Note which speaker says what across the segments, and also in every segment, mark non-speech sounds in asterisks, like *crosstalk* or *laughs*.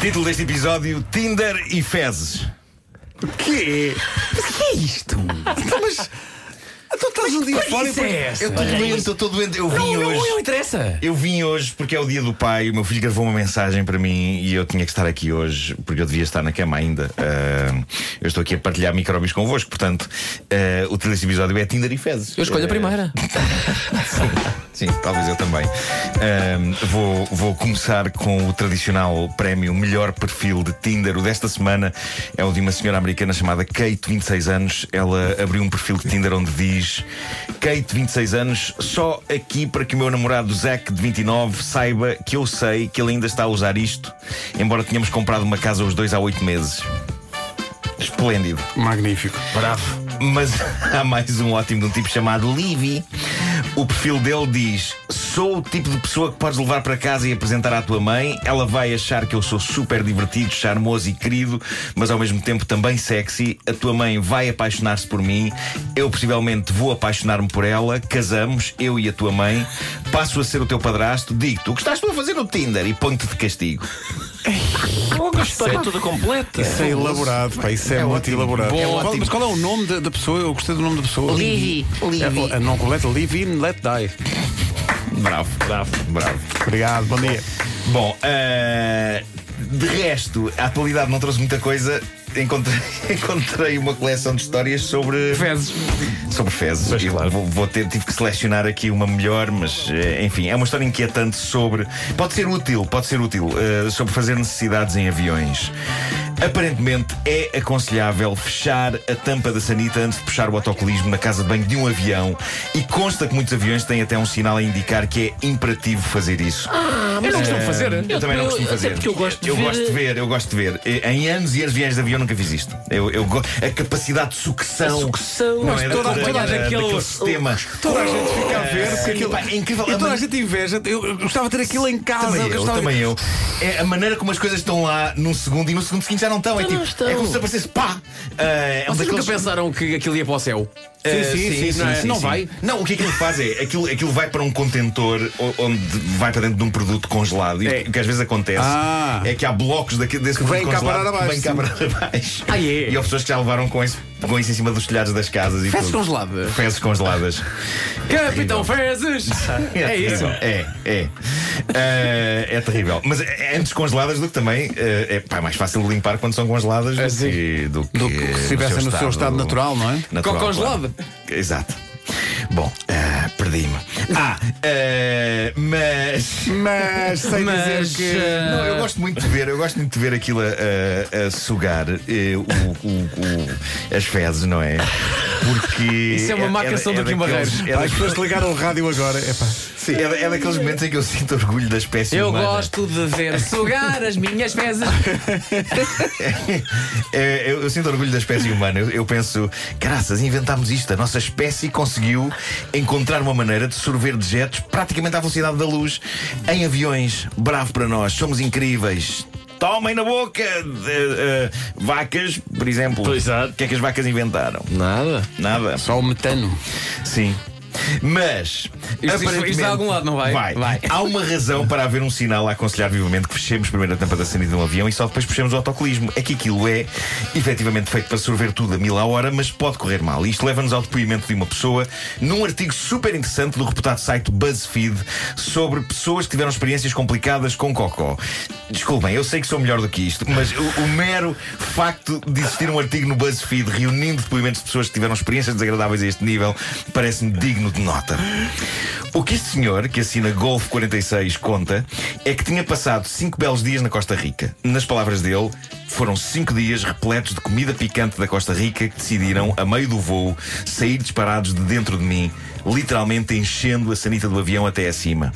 Speaker 1: Título deste episódio: Tinder e fezes.
Speaker 2: O quê?
Speaker 3: Mas o que é isto?
Speaker 2: Então, mas. Então estás um dia fora e
Speaker 3: coisa
Speaker 2: depois-
Speaker 3: é essa?
Speaker 1: Eu estou doente, eu estou doente. Eu
Speaker 3: Não,
Speaker 1: vim
Speaker 3: não,
Speaker 1: hoje.
Speaker 3: não interessa.
Speaker 1: Eu vim hoje porque é o dia do pai. O meu filho gravou uma mensagem para mim e eu tinha que estar aqui hoje porque eu devia estar na cama ainda. Ah, eu estou aqui a partilhar micróbios convosco, portanto, ah, o título deste episódio é Tinder e fezes.
Speaker 3: Eu escolho a
Speaker 1: Ah,
Speaker 3: primeira.
Speaker 1: *laughs* Sim, talvez eu também. Ahm, vou, vou começar com o tradicional prémio Melhor Perfil de Tinder. O desta semana é o de uma senhora americana chamada Kate, 26 anos. Ela abriu um perfil de Tinder onde diz: Kate, 26 anos, só aqui para que o meu namorado Zack, de 29, saiba que eu sei que ele ainda está a usar isto, embora tenhamos comprado uma casa os dois há oito meses. Esplêndido.
Speaker 2: Magnífico.
Speaker 1: Bravo. Mas *laughs* há mais um ótimo de um tipo chamado Livy. O perfil dele diz: Sou o tipo de pessoa que podes levar para casa e apresentar à tua mãe. Ela vai achar que eu sou super divertido, charmoso e querido, mas ao mesmo tempo também sexy. A tua mãe vai apaixonar-se por mim. Eu possivelmente vou apaixonar-me por ela. Casamos, eu e a tua mãe. Passo a ser o teu padrasto. Digo-te o que estás tu a fazer no Tinder e ponho-te de castigo.
Speaker 3: A história toda completa.
Speaker 2: Isso é elaborado, pá, isso é, muito elaborado.
Speaker 3: Bom,
Speaker 2: Qual-
Speaker 3: ótimo.
Speaker 2: mas qual é o nome da, da pessoa? Eu gostei do nome da pessoa.
Speaker 4: Livy. Livy.
Speaker 2: É, a não completa, Live in, let die.
Speaker 1: Bravo, bravo, bravo.
Speaker 2: Obrigado, bom dia.
Speaker 1: Bom, eh, de resto, a atualidade não trouxe muita coisa. Encontrei, *laughs* encontrei uma coleção de histórias sobre
Speaker 3: Fezes.
Speaker 1: sobre fezes.
Speaker 3: Pois,
Speaker 1: Eu
Speaker 3: claro.
Speaker 1: vou, vou ter, tive que selecionar aqui uma melhor, mas eh, enfim, é uma história inquietante sobre. Pode ser útil, pode ser útil, eh, sobre fazer necessidades em aviões. Aparentemente é aconselhável fechar a tampa da sanita antes de puxar o autocolismo na casa de banho de um avião e consta que muitos aviões têm até um sinal a indicar que é imperativo fazer isso.
Speaker 3: Eu é não costumo fazer.
Speaker 1: Ah, é. Eu, também não costumo fazer.
Speaker 4: Até porque eu gosto de
Speaker 1: eu
Speaker 4: ver-
Speaker 1: gosto de ver, eu gosto de ver. Eh, Em anos e anos de viagens de avião nunca fiz isto. Eu, eu go- a capacidade de sucção.
Speaker 4: A sucção.
Speaker 1: não
Speaker 4: Mas
Speaker 1: é? Da-
Speaker 4: toda-
Speaker 1: da-
Speaker 4: toda
Speaker 1: da-
Speaker 4: aquele-
Speaker 1: daquele sistema.
Speaker 4: Oh,
Speaker 2: Toda
Speaker 3: *laughs*
Speaker 2: a gente fica a ver, porque
Speaker 1: Sim,
Speaker 2: aquilo.
Speaker 1: pá, é incrível.
Speaker 2: E
Speaker 1: A
Speaker 2: toda a
Speaker 1: man-
Speaker 2: gente inveja. Eu, eu gostava de ter aquilo em
Speaker 4: Ah,
Speaker 2: casa.
Speaker 1: Também eu,
Speaker 2: gostava-
Speaker 1: também eu. É a maneira como as coisas estão lá num segundo e no segundo seguinte já não estão. É,
Speaker 4: Já
Speaker 1: tipo,
Speaker 4: não estão.
Speaker 1: é como se aparecesse pá! Ah, é um
Speaker 3: Vocês nunca
Speaker 1: daqueles-
Speaker 3: pensaram que aquilo ia para o céu?
Speaker 1: Ah,
Speaker 2: sim, sim,
Speaker 3: não é?
Speaker 1: sim,
Speaker 3: Não
Speaker 1: sim.
Speaker 3: vai.
Speaker 1: Não, o que aquilo faz é aquilo, aquilo vai para um contentor o- onde vai para dentro de um produto congelado. E
Speaker 3: É.
Speaker 1: o que às vezes acontece
Speaker 2: Ah.
Speaker 1: é que há blocos daque- desse produto
Speaker 2: vêm cá
Speaker 1: congelado
Speaker 2: parar abaixo,
Speaker 1: que vêm cá
Speaker 2: sim.
Speaker 1: parar abaixo.
Speaker 3: Ah, é?
Speaker 1: E há pessoas que já levaram com isso, com isso em cima dos telhados das casas e
Speaker 3: Fezes
Speaker 1: tudo.
Speaker 3: congeladas.
Speaker 1: Fezes congeladas.
Speaker 3: Capitão Fezes. É isso.
Speaker 1: terrível. É, é. Ah, é terrível. Mas é antes congeladas do que também. ah, é pá, mais fácil de limpar quando são congeladas
Speaker 3: Ah,
Speaker 1: do,
Speaker 3: sim.
Speaker 1: que, do que
Speaker 2: É, Do que se
Speaker 1: no
Speaker 2: estivessem no seu estado natural, não é?
Speaker 3: Com
Speaker 1: Natural, claro.
Speaker 3: congelado.
Speaker 1: Exato. Bom, ah, perdi-me. Ah, ah, mas.
Speaker 2: Mas sem
Speaker 3: Mas,
Speaker 2: dizer que.
Speaker 3: ah,
Speaker 1: Não, eu gosto muito de ver, eu gosto muito de ver aquilo a, a- a sugar eh, o- o- o- as fezes, não é? Porque.
Speaker 3: Isso é uma marcação do Kim
Speaker 1: daqueles-
Speaker 3: Barreiros.
Speaker 1: é
Speaker 2: Pá, As
Speaker 1: daqueles-
Speaker 2: pessoas que ligaram o rádio agora. Epá.
Speaker 1: Sim, é, da- é daqueles momentos em que eu sinto orgulho da espécie
Speaker 3: Eu
Speaker 1: humana.
Speaker 3: gosto de ver sugar as minhas
Speaker 1: *laughs*
Speaker 3: fezes.
Speaker 1: É, eu, eu sinto orgulho da espécie humana. Eu, eu penso, graças, inventámos isto. A nossa espécie conseguiu encontrar uma maneira de sorver dejetos praticamente à velocidade da luz em aviões. Bravo para nós, somos incríveis. Tomem na boca eh, eh, vacas, por exemplo.
Speaker 4: Exato.
Speaker 1: O que é que as vacas inventaram?
Speaker 3: Nada.
Speaker 1: Nada.
Speaker 2: Só o metano.
Speaker 1: Sim. Mas.
Speaker 3: isto vai
Speaker 1: aparentemente-
Speaker 3: a algum lado, não vai?
Speaker 1: Vai.
Speaker 3: Vai.
Speaker 1: Há uma razão para haver um sinal a aconselhar vivamente que fechemos primeiro a tampa da sanita de um avião e só depois puxemos o autocolismo. É que aquilo é efetivamente feito para sorver tudo a mil à hora, mas pode correr mal. E isto leva-nos ao depoimento de uma pessoa num artigo super interessante do reputado site BuzzFeed sobre pessoas que tiveram experiências complicadas com cocó. Desculpem, eu sei que sou melhor do que isto, mas o, o mero facto de existir um artigo no BuzzFeed reunindo depoimentos de pessoas que tiveram experiências desagradáveis a este nível parece-me digno de nota. O que este senhor, que assina Golf 46, conta é que tinha passado cinco belos dias na Costa Rica. Nas palavras dele, foram cinco dias repletos de comida picante da Costa Rica que decidiram, a meio do voo, sair disparados de dentro de mim, literalmente enchendo a sanita do avião até acima.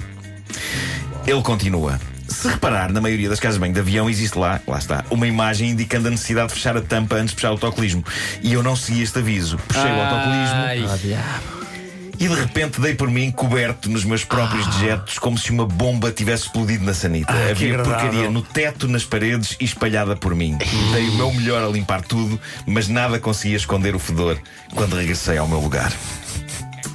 Speaker 1: Ele continua. Se reparar, na maioria das casas de banho de avião existe lá, lá está, uma imagem indicando a necessidade de fechar a tampa antes de puxar o autocolismo. E eu não segui este aviso. Puxei o
Speaker 3: Ah.
Speaker 1: autocolismo Ah,
Speaker 3: Ai.
Speaker 1: e de repente dei por mim coberto nos meus próprios dejetos, como se uma bomba tivesse explodido na sanita. Havia
Speaker 2: agradável.
Speaker 1: porcaria no teto, nas paredes e espalhada por mim. dei o meu melhor a limpar tudo, mas nada conseguia esconder o fedor quando regressei ao meu lugar.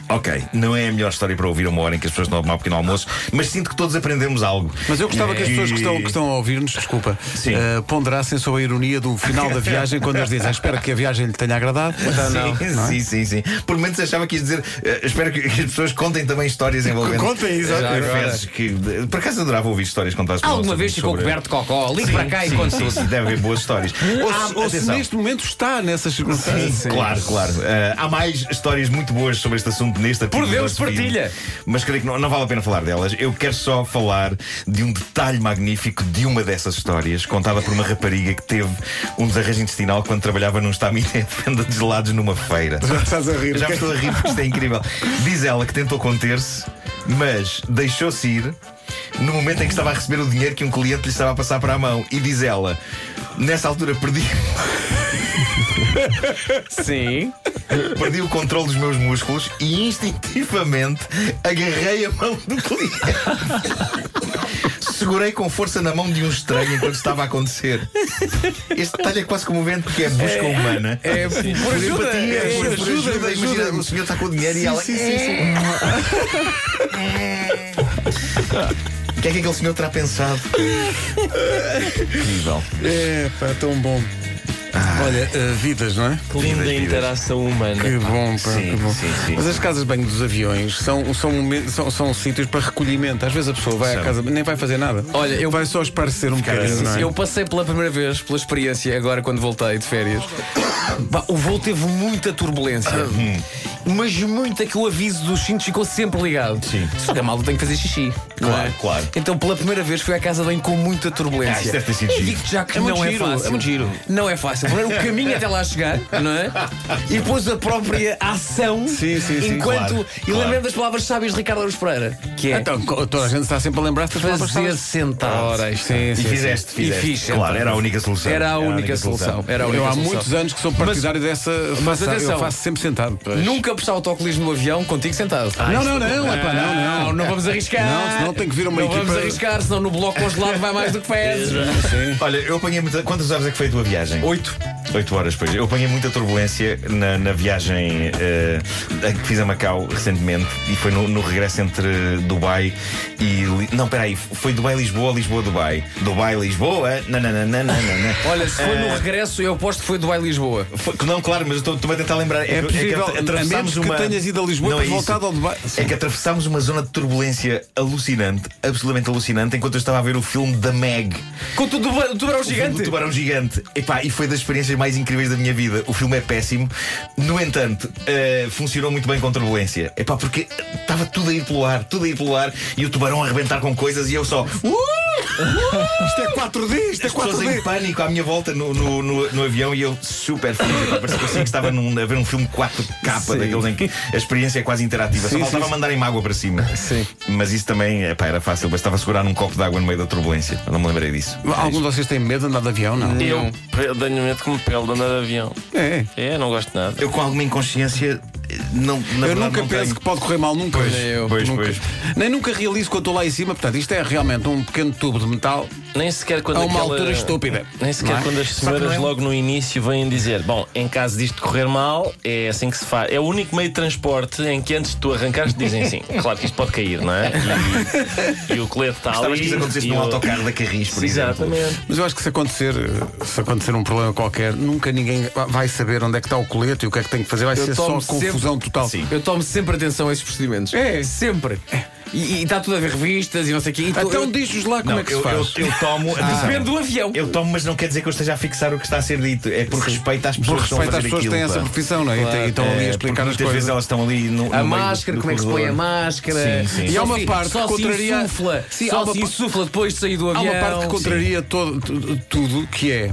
Speaker 1: Ok, não é a melhor história para ouvir a uma hora em que as pessoas estão a tomar um pequeno almoço, mas sinto que todos aprendemos algo.
Speaker 2: Mas eu gostava que as pessoas que estão, que estão a ouvir-nos, desculpa,
Speaker 1: Sim.
Speaker 2: eh, ponderassem sobre a ironia do final da viagem quando eles dizem espero que a viagem lhe tenha *laughs* agradado. Então, não.
Speaker 1: Sim, sim, sim, sim. Por momentos achava que ias dizer. eh, espero que, que as pessoas contem também histórias envolvendo.
Speaker 2: Contem, exato.
Speaker 1: eh,
Speaker 3: Já agora.
Speaker 1: fezes que, de- por acaso adorava ouvir histórias contadas por
Speaker 3: Alguma
Speaker 1: nossos
Speaker 3: vez
Speaker 1: ouvintes
Speaker 3: ficou
Speaker 1: sobre-
Speaker 3: coberto de cocó? Ligue para cá e Ah,
Speaker 1: Sim,
Speaker 3: conte
Speaker 1: sim, sim, deve haver
Speaker 3: *laughs*
Speaker 1: boas histórias.
Speaker 2: Ou,
Speaker 1: Há-
Speaker 2: se, ou se
Speaker 1: atenção.
Speaker 2: neste momento está nessas circunstâncias.
Speaker 1: Sim, Claro, claro. Eh, há mais histórias muito boas sobre este assunto neste artigo
Speaker 3: Por Deus,
Speaker 1: do BuzzFeed,
Speaker 3: partilha!
Speaker 1: Mas creio que não, não vale a pena falar delas. Eu quero só falar de um detalhe magnífico de uma dessas histórias, contada por uma rapariga que teve um desarranjo intestinal quando trabalhava num estaminé de venda de gelados numa feira.
Speaker 2: Já estás a rir.
Speaker 1: Eu já me estou a rir porque isto é incrível. Diz ela que tentou conter-se, mas deixou-se ir no momento em que estava a receber o dinheiro que um cliente lhe estava a passar para a mão. E diz ela, nessa altura perdi, *laughs*
Speaker 3: Sim.
Speaker 1: perdi o controle dos meus músculos e instintivamente agarrei a mão do cliente. Segurei com força na mão de um estranho enquanto estava a acontecer. Este detalhe é quase comovente porque é busca humana.
Speaker 3: É por ajuda.
Speaker 1: Empatia,
Speaker 3: é-
Speaker 1: por
Speaker 2: ajuda,
Speaker 1: Imagina,
Speaker 2: ajuda.
Speaker 1: o senhor está com o dinheiro e
Speaker 2: Sim,
Speaker 1: ela. É.
Speaker 2: sim, sim, sim.
Speaker 1: *laughs* O que é que aquele senhor terá pensado? Incrível.
Speaker 2: É, pá, tão bom. Olha, eh, vidas, não é?
Speaker 4: Que linda interação humana.
Speaker 2: Que bom, pá,
Speaker 1: Sim,
Speaker 2: que bom.
Speaker 1: sim, sim.
Speaker 2: Mas as casas de banho dos aviões são, são, momen- são, são sítios para recolhimento. Às vezes a pessoa vai à casa, nem vai fazer nada.
Speaker 3: Olha, eu-
Speaker 2: vai só esparcer um bocadinho. não é?
Speaker 3: Eu passei pela primeira vez pela experiência agora quando voltei de férias. Pá, o voo teve muita turbulência, mas muita que o aviso dos cintos ficou sempre ligado. Sim. Só que a malta tem que fazer xixi. não
Speaker 1: Claro,
Speaker 3: é?
Speaker 1: claro.
Speaker 3: Então pela primeira vez fui à casa bem com muita turbulência.
Speaker 1: Ah, isso deve ter sido
Speaker 3: E
Speaker 1: giro.
Speaker 3: digo-te já que
Speaker 4: É muito
Speaker 3: não é
Speaker 4: giro,
Speaker 3: fácil.
Speaker 4: é muito giro.
Speaker 3: Não é fácil. Primeiro o caminho até lá chegar, não é? E depois a própria ação.
Speaker 2: Sim, sim, sim,
Speaker 3: Enquanto.
Speaker 1: claro,
Speaker 3: e
Speaker 1: claro.
Speaker 3: lembrando das palavras sábias de Ricardo Aros Pereira, que é
Speaker 2: Então, co- toda a gente está sempre a lembrar-se das palavras
Speaker 3: fazer
Speaker 2: todas.
Speaker 3: sentado.
Speaker 2: Ora, isto é-
Speaker 1: E
Speaker 2: sim, sim.
Speaker 1: fizeste,
Speaker 3: E
Speaker 1: fizeste.
Speaker 3: fiz,
Speaker 1: claro,
Speaker 3: então.
Speaker 1: era a única solução.
Speaker 3: Era a única solução. Era a única
Speaker 2: Eu há
Speaker 3: solução.
Speaker 2: muitos anos que sou partidário dessa. Mas
Speaker 3: atenção.
Speaker 2: eu faço sempre sentado.
Speaker 3: Nunca puxar autocolismo no avião contigo sentado.
Speaker 2: não, não, não, é pá, não, não.
Speaker 3: Não, não vamos arriscar.
Speaker 2: Não, senão tem que vir uma
Speaker 3: Não
Speaker 2: equipa-
Speaker 3: vamos arriscar, senão no bloco congelado vai mais do que fezes.
Speaker 1: Olha, eu apanhei muita. Quantas horas é que foi a tua viagem?
Speaker 3: Oito.
Speaker 1: Oito horas, pois. Eu apanhei muita turbulência na, na viagem eh, a que fiz a Macau recentemente e foi no, no regresso entre Dubai e. Li- Não, peraí, foi Dubai-Lisboa, Lisboa-Dubai. Dubai-Lisboa? Nananana.
Speaker 3: Olha, se foi no regresso, eu aposto que foi do Lisboa.
Speaker 1: Foi- Não, claro, mas eu estou- estou a tentar lembrar.
Speaker 2: É
Speaker 1: que- que
Speaker 2: possível,
Speaker 1: atra-
Speaker 2: a menos que tenhas ido a Lisboa
Speaker 1: Não
Speaker 2: e
Speaker 1: é isso.
Speaker 2: voltado ao Dubai.
Speaker 1: É que atravessámos uma zona de turbulência alucinante, absolutamente alucinante, enquanto eu estava a ver o filme da Meg.
Speaker 3: Com tudo o tubarão
Speaker 1: O filme do
Speaker 3: gigante.
Speaker 1: Tubarão Gigante. Epá, e foi das experiências mais incríveis da minha vida. O filme é péssimo. No entanto, eh, funcionou muito bem com turbulência. Epá, porque estava tudo a ir pelo ar, tudo a ir pelo ar, e o tubarão a arrebentar com coisas, e eu só. "Uh!"
Speaker 2: Isto é 4D, isto é
Speaker 1: As pessoas em
Speaker 2: 4D.
Speaker 1: pânico à minha volta no, no, no- no avião e eu super feliz. Epá, Parecia assim que eu estava num- a ver um filme 4K daqueles em que a experiência é quase interativa. Só
Speaker 2: Sim,
Speaker 1: faltava
Speaker 2: sim,
Speaker 1: mandarem mágoa para cima.
Speaker 2: Sim.
Speaker 1: Mas isso também epá, era fácil. Bastava segurar num copo de água no meio da turbulência. Eu não me lembrei disso.
Speaker 2: Algum de vocês tem medo de andar de avião, não?
Speaker 1: É.
Speaker 4: Eu tenho medo que me pele de andar de avião.
Speaker 2: É.
Speaker 4: É, não gosto de nada.
Speaker 1: Eu com alguma inconsciência eh, não, na
Speaker 2: Eu
Speaker 1: verdade,
Speaker 2: nunca
Speaker 1: não
Speaker 2: penso
Speaker 1: tenho.
Speaker 2: que pode correr mal, nunca.
Speaker 1: Pois, eu. pois,
Speaker 2: nunca.
Speaker 1: pois.
Speaker 2: Nem nunca realizo quando estou lá em cima. Portanto, isto é realmente um pequeno tubo de metal.
Speaker 4: Nem sequer quando
Speaker 2: A uma
Speaker 4: aquela-
Speaker 2: altura estúpida.
Speaker 4: Nem sequer
Speaker 2: Não é?
Speaker 4: quando as
Speaker 1: que
Speaker 4: senhoras
Speaker 1: não é-
Speaker 4: logo no início vêm dizer: Bom, em caso disto correr mal, é assim que se faz. É o único meio de transporte em que antes de tu arrancares te
Speaker 1: *laughs*
Speaker 4: dizem assim: Claro que isto pode cair, não é? E, e o colete está ali.
Speaker 1: Estavas que isso acontecesse
Speaker 4: e
Speaker 1: num
Speaker 4: o-
Speaker 1: autocarro da Carris, por exemplo.
Speaker 4: Exatamente.
Speaker 2: Mas eu acho que se acontecer, se acontecer um problema qualquer, nunca ninguém vai saber onde é que está o colete e o que é que tem que fazer. Vai
Speaker 3: Eu
Speaker 2: ser só
Speaker 3: tomo sempre-
Speaker 2: confusão total.
Speaker 1: Sim.
Speaker 3: Eu tomo sempre atenção a esses procedimentos.
Speaker 2: É.
Speaker 3: Sempre. E está tudo a ver revistas e não sei o quê. E tô-
Speaker 2: Então
Speaker 3: eu-
Speaker 2: diz-nos lá como
Speaker 1: Não,
Speaker 2: é que
Speaker 1: eu,
Speaker 2: se faz.
Speaker 1: eu- eu
Speaker 2: *laughs*
Speaker 1: tomo. atenção,
Speaker 3: Depende do avião.
Speaker 1: Eu tomo, mas não quer dizer que eu esteja a fixar o que está a ser dito. É por respeito às pessoas
Speaker 2: Por
Speaker 1: que estão
Speaker 2: respeito
Speaker 1: a
Speaker 2: às
Speaker 1: fazer
Speaker 2: pessoas que têm
Speaker 1: aquilo,
Speaker 2: essa
Speaker 1: pá.
Speaker 2: profissão, não é? E têm- e estão ali
Speaker 1: É,
Speaker 2: a
Speaker 1: porque
Speaker 2: explicar as
Speaker 1: muitas vezes
Speaker 2: coisas.
Speaker 1: elas estão ali no, no
Speaker 3: A
Speaker 1: meio
Speaker 3: máscara,
Speaker 1: do
Speaker 3: como é que se põe a
Speaker 1: corredor.
Speaker 3: máscara?
Speaker 1: Sim, sim.
Speaker 2: E
Speaker 3: Só
Speaker 2: há uma
Speaker 3: se-
Speaker 2: parte
Speaker 3: só
Speaker 2: que contraria-
Speaker 3: Se insufla,
Speaker 2: Sim, há
Speaker 3: só
Speaker 2: uma
Speaker 3: se
Speaker 2: pa-
Speaker 3: insufla depois de sair do
Speaker 2: Há
Speaker 3: avião.
Speaker 2: uma parte que
Speaker 3: Sim.
Speaker 2: contraria todo- tu- tudo, que é.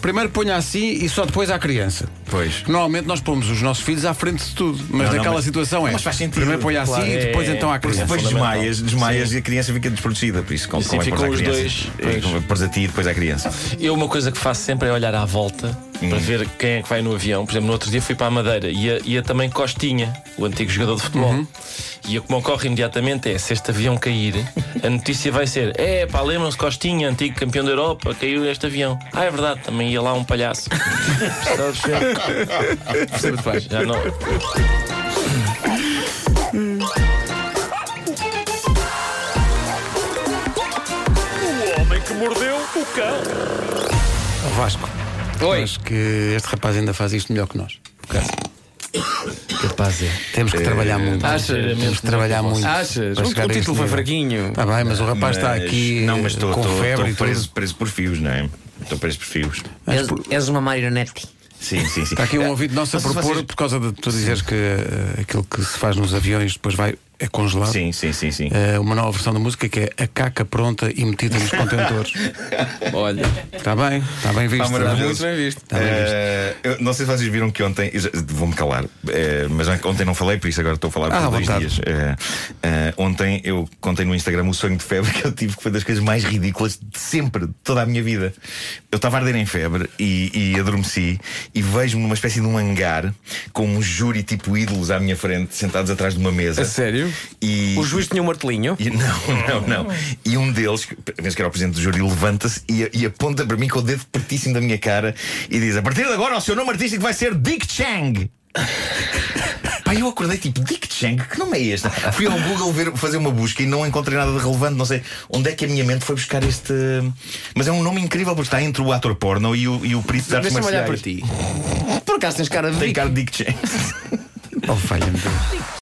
Speaker 2: Primeiro ponha assim e só depois à criança.
Speaker 1: Pois.
Speaker 2: Normalmente nós pomos os nossos filhos à frente de tudo, mas
Speaker 1: Não, não,
Speaker 2: naquela
Speaker 1: mas-
Speaker 2: situação é.
Speaker 1: mas faz sentido.
Speaker 2: Primeiro ponha assim
Speaker 1: Claro,
Speaker 2: e
Speaker 4: é-
Speaker 2: depois então à
Speaker 1: Porque
Speaker 2: criança.
Speaker 1: depois
Speaker 4: fundamental.
Speaker 1: desmaias, desmaias e a criança fica desprotegida. Por isso, como
Speaker 4: Sim, ficam os dois, pois.
Speaker 1: Depois a ti e depois à criança.
Speaker 4: Eu uma coisa que faço sempre é olhar à volta para ver quem é que vai no avião. Por exemplo, no outro dia fui para a Madeira e ia, ia também Costinha, o antigo jogador de futebol. E o que me ocorre imediatamente é: se este avião cair, a notícia vai ser: é pá, lembram-se Costinha, antigo campeão da Europa, caiu este avião. Ah, é verdade, também ia lá um palhaço. Percebes? Já não. cão.
Speaker 2: Vasco.
Speaker 3: Oi.
Speaker 2: Acho que este rapaz ainda faz isto melhor que nós.
Speaker 3: Capaz é.
Speaker 2: Temos que trabalhar muito.
Speaker 3: achas?
Speaker 2: Temos que trabalhar muito.
Speaker 3: Achas?
Speaker 2: para
Speaker 3: O,
Speaker 2: chegar
Speaker 3: o
Speaker 2: a este
Speaker 3: título foi
Speaker 2: nível.
Speaker 3: fraquinho.
Speaker 2: Está bem, Ah, mas o rapaz está
Speaker 1: Mas-
Speaker 2: aqui
Speaker 1: Não, mas estou
Speaker 2: com
Speaker 1: estou-
Speaker 2: febre e
Speaker 1: estou
Speaker 2: tudo.
Speaker 1: preso, preso por fios, não é? Estou preso por fios.
Speaker 5: És, és uma marionete.
Speaker 1: Sim, sim, sim.
Speaker 2: Está aqui um ouvido nosso a
Speaker 1: É, Não sei se
Speaker 2: propor,
Speaker 1: vocês-
Speaker 2: por causa de tu dizeres que eh, aquilo que se faz nos aviões depois vai é congelado.
Speaker 1: Sim, sim, sim, sim.
Speaker 2: Eh, uma nova versão da música que é a caca pronta e
Speaker 1: *laughs*
Speaker 2: metida nos contentores.
Speaker 3: Olha,
Speaker 2: Está bem, está bem visto.
Speaker 1: maravilhoso.
Speaker 3: muito bem visto.
Speaker 2: Está bem visto.
Speaker 1: Eh, eu não sei se vocês viram que ontem, eu já- vou-me calar, eh, mas ontem não falei, por isso agora estou a falar
Speaker 2: Ah,
Speaker 1: por
Speaker 2: à
Speaker 1: dois
Speaker 2: vontade.
Speaker 1: dias. Eh, eh, ontem eu contei no Instagram o sonho de febre *laughs* que eu tive, que foi das coisas mais ridículas de sempre, de toda a minha vida. Eu estava a arder em febre e, e adormeci e vejo-me numa espécie de um hangar com um júri tipo ídolos à minha frente, sentados atrás de uma mesa.
Speaker 3: A sério?
Speaker 1: E-
Speaker 3: O juiz tinha um martelinho.
Speaker 1: e- *laughs* não, não, não. E um deles, que penso que era o presidente do júri, levanta-se e, e aponta para mim com o dedo pertíssimo da minha cara e diz: A partir de agora, o seu nome artístico vai ser Dick Chang. *laughs* Pá, eu acordei tipo, Dick Chang, que nome é este? Fui ao Google ver- fazer uma busca e não encontrei nada de relevante, não sei onde é que a minha mente foi buscar este. Mas é um nome incrível porque está entre o ator porno e o, e o perito de artes
Speaker 3: Deixa-me olhar
Speaker 1: marciais.
Speaker 3: para ti. Por acaso tens cara de.
Speaker 1: Tem
Speaker 3: Dick.
Speaker 1: cara de Dick Chang.
Speaker 2: Oh, falha-me Deus.